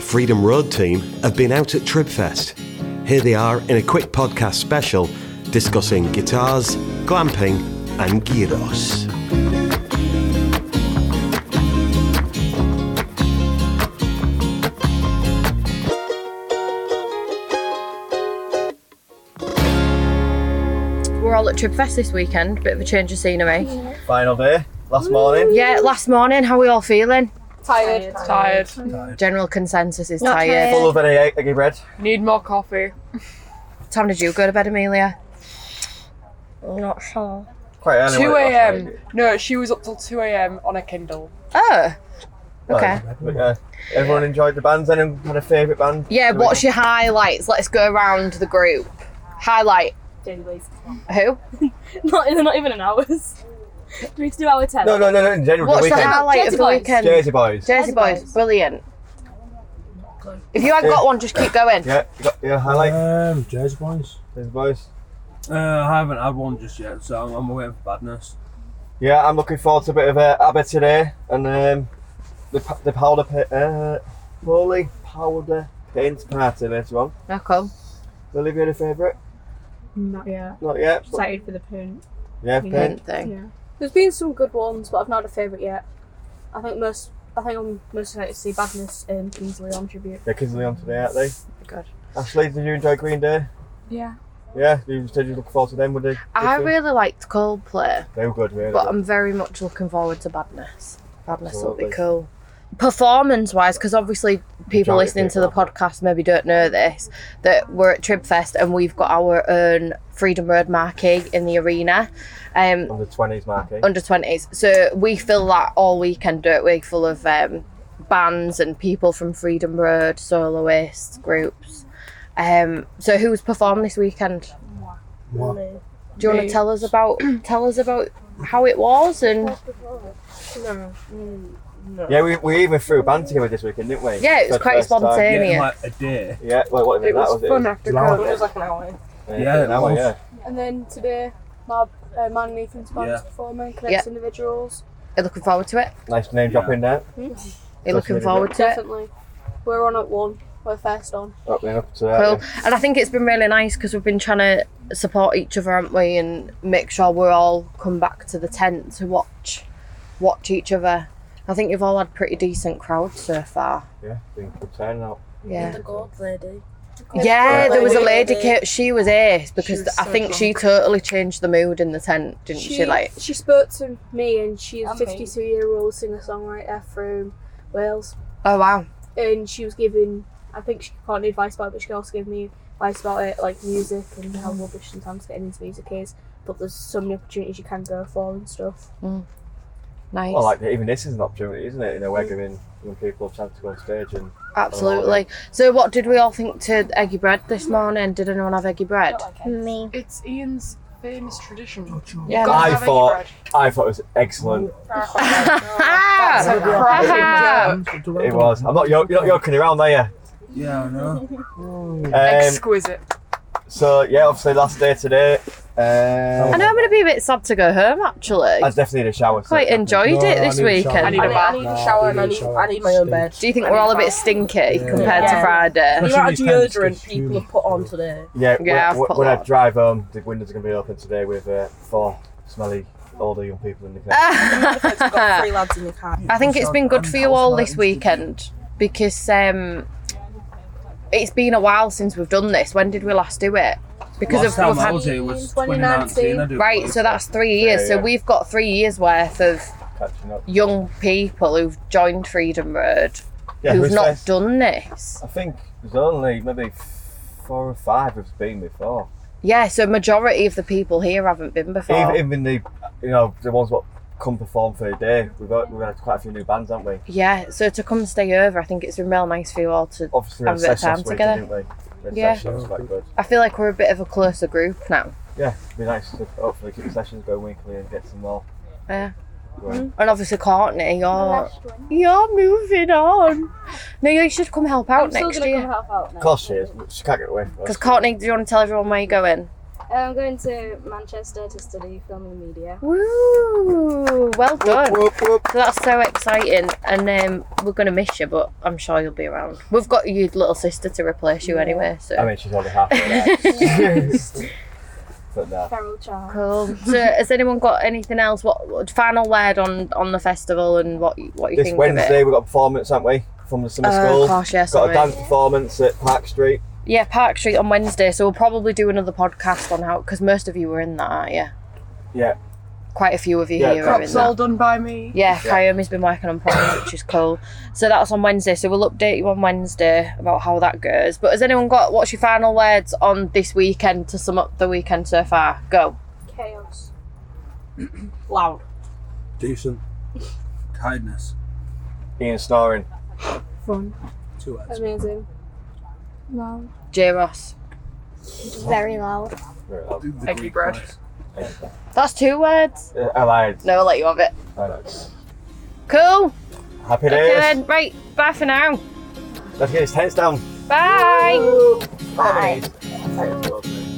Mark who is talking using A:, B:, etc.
A: Freedom Road team have been out at Tribfest. Here they are in a quick podcast special discussing guitars, glamping, and gyros.
B: We're all at Tribfest this weekend. Bit of a change of scenery.
C: Final day, last morning.
B: Yeah, last morning. How are we all feeling?
D: Tired. Tired.
B: General consensus is
E: Not
B: tired.
C: Full of any egg, eggy bread.
D: Need more coffee.
B: What time did you go to bed, Amelia?
E: I'm not sure.
C: Quite early.
D: 2
C: wasn't it, last
D: a.m.
C: night?
D: No, she was up till 2 a.m. on a Kindle.
B: Oh, okay.
C: But, yeah, everyone enjoyed the bands. Anyone had a favourite band?
B: Yeah,
C: Do we-
B: what's your highlights? Let's go around the group. Highlight. Who?
E: Not, they're not even an hours. Do we need to do hour 10?
C: No, no, no, no. In general,
B: What's
C: the
B: the
C: weekend.
B: highlight of
E: Jersey
B: the
E: Boys.
B: weekend?
C: Jersey Boys.
B: Jersey Boys.
E: Boys.
B: Brilliant. If you haven't got one, just keep going.
C: yeah, you got your highlight.
F: Um, Jazz Boys.
C: Jersey Boys.
F: Uh, I haven't had one just yet, so I'm, I'm waiting for badness.
C: Yeah, I'm looking forward to a bit of uh, ABBA today and um, the pa- the powder pa- uh, holy powder paint party later on.
B: How come?
C: Will you be a favourite?
G: Not yet.
C: Not yet. but-
G: Excited for the paint.
C: yeah, paint.
B: Didn't think.
G: Yeah.
E: There's been some good ones, but I've not had a favourite yet. I think most. I think I'm most excited to see Badness and Kingsley on tribute.
C: Yeah, kids are on today, aren't they?
B: Good.
C: Ashley, did you enjoy Green Day?
D: Yeah.
C: Yeah, you said you look forward to them, would you?
B: I
C: Did you?
B: really liked Coldplay,
C: They were good, really.
B: but I'm very much looking forward to Badness. Badness will
C: Absolutely.
B: be cool. Performance wise, because obviously people
C: Majority
B: listening
C: of
B: to the
C: people.
B: podcast maybe don't know this, that we're at Tribfest and we've got our own Freedom Road marquee in the arena. Um,
C: on the eh? 20s marking.
B: under 20s. So we fill that all weekend, don't we? Full of um, bands and people from Freedom Road, soloists, groups. Um, so who's performed this weekend? Do you want
D: Me.
B: to tell us about tell us about how it was and
C: Yeah, we, we even threw a band together this weekend, didn't we?
B: Yeah, it was
C: For the
B: quite
C: first time.
B: spontaneous.
F: Getting
B: Yeah.
F: like a day.
C: Yeah, well, what was it?
D: It
C: that
D: was
C: was
D: fun
C: it?
D: after
F: July.
D: COVID. It was like an hour.
F: Yeah, it
C: that one,
F: was.
C: yeah.
E: And then today, my uh, man Nathan's band's
F: Yeah.
E: performing Connects Individuals.
B: are you looking forward to it?
C: Nice name
F: Yeah.
C: dropping there.
B: Are you
C: That's
B: looking
C: really
B: forward to it?
E: Definitely, we're on at one. We're first on.
C: Opening up to that.
B: Cool.
C: yeah.
B: And I think it's been really nice because we've been trying to support each other, haven't we? And make sure we're all come back to the tent to watch watch each other. I think you've all had pretty decent crowds so far.
C: Yeah, been good turnout.
B: Yeah.
E: gold lady.
B: Yeah, there was a lady.
E: Lady.
B: Came, she was ace because
G: was
B: I
G: so
B: think she totally changed the mood in the tent, didn't she?
E: She
B: Like,
E: she spoke to me, and she's a
D: And me.
E: 52 year old singer songwriter from Wales.
B: oh wow,
E: and she was giving I think she can't need advice about it, but she also gave me advice about it, like music and how rubbish sometimes getting into music is. But there's so many opportunities you can go for and stuff.
B: nice,
C: Well, like, even this is an opportunity, isn't it? You know,
F: Mm.
C: we're giving young people a chance to go on stage and
B: absolutely. So, what did we all think to eggy bread this morning? Did anyone have eggy bread?
E: Me.
D: It's Ian's famous tradition.
B: Yeah.
D: Gotta
C: I
D: have eggy
C: thought-
D: bread.
C: I thought it was excellent.
D: That's a
B: Ha
D: cracking
B: ha.
D: jam.
F: Mm.
C: It was. I'm not, yo- you're not yoking around, are you?
F: Yeah, I know.
B: Mm.
C: Um,
D: Exquisite.
C: so, yeah, obviously, last day today.
B: I
C: Um,
B: know I'm going to be a bit sad to go home actually.
C: I definitely need a shower. so-
B: Quite enjoyed it this
D: I need
B: weekend.
D: a bath.
F: need a shower Oh, and I need, I need my own bed.
B: Do you think we're all a bit stinky compared to
H: Yeah.
B: Friday?
H: The amount of deodorant people have put on today.
C: Yeah,
B: Yeah, I've
C: when,
B: put
C: when
B: a
C: I
B: lot.
C: drive home, the windows are going to be open today with uh, four smelly older young people in the
B: Ah!
C: car.
H: You've got
B: I
H: three lads in your car.
B: think it's been good for you all this weekend because um, it's been a while since we've done this. When did we last do it? Because
F: Last
B: of
F: time
B: we've
F: I
B: had,
F: was here was
E: 2019.
F: 2019. I do
B: right, so that's three years.
C: Yeah,
B: So
C: yeah.
B: we've got three years worth of
C: catching up.
B: young people who've joined Freedom Road
C: Yeah,
B: who've
C: who's
B: not
C: first?
B: done this.
C: I think there's only maybe four or five who's been before.
B: Yeah, so majority of the people here haven't been before.
C: Even, even the you know the ones what come perform for the day. We've got, we've had quite a few new bands, haven't we?
B: yeah, so to come stay over, I think it's been real nice for you all to
C: Obviously, we
B: Have
C: had
B: a bit of
C: session
B: time
C: last week,
B: together.
C: didn't we? We had
B: Yeah.
C: session, that was quite good.
B: I feel like we're a bit of a closer group now.
C: Yeah, it'd be nice to hopefully keep the sessions going weekly and get some more.
B: Yeah.
C: going.
B: And obviously, Courtney, you're you're moving on. No, you should come help out
E: I'm still
B: next
E: gonna
B: year.
E: come help out
C: Of
E: now.
C: course she is. She can't get away from
B: Because
C: us.
B: Courtney, do you want to tell everyone where you're going?
I: Um, I'm going to Manchester to study film and media.
B: Woo! Well done.
C: Whoop, whoop.
B: So that's so exciting, and um, we're gonna miss you, but I'm sure you'll be around. We've got your little sister to replace you anyway, so
C: I mean, she's only halfway there. but uh, no.
I: Feral child.
B: cool. So has anyone got anything else? What what- final word on on the festival and what you- what you
C: This
B: think of
C: Wednesday
B: it?
C: we've got a performance, haven't we? From the summer
B: Uh,
C: school.
B: gosh, yeah,
C: got a
B: sorry.
C: dance performance at Park Street.
B: Yeah, Park Street on Wednesday. So we'll probably do another podcast on how because most of you were in that, aren't you?
C: Yeah.
B: Quite a few of you
C: Yeah,
B: here are in
D: Props
B: that.
D: all done by me.
B: Yeah, Kyomi's been working on plans, which is cool. So that's on Wednesday. So we'll update you on Wednesday about how that goes. But has anyone got what's your final words on this weekend to sum up the weekend so far? Go.
I: Chaos.
H: Loud.
F: Decent. Kindness.
C: Ian snoring.
G: Fun.
F: Two words.
E: Amazing.
G: Loud.
B: J Ross.
I: Very loud.
C: Very loud.
F: The
D: Eggy
F: Greek
D: bread.
F: words.
B: That's two words.
C: Uh, I lied.
B: No, I'll let you have it.
C: I know.
B: Cool.
C: Happy
B: Okay
C: days.
B: then. Right. Bye for now.
C: Let's get his tents down.
B: Bye.
C: Bye.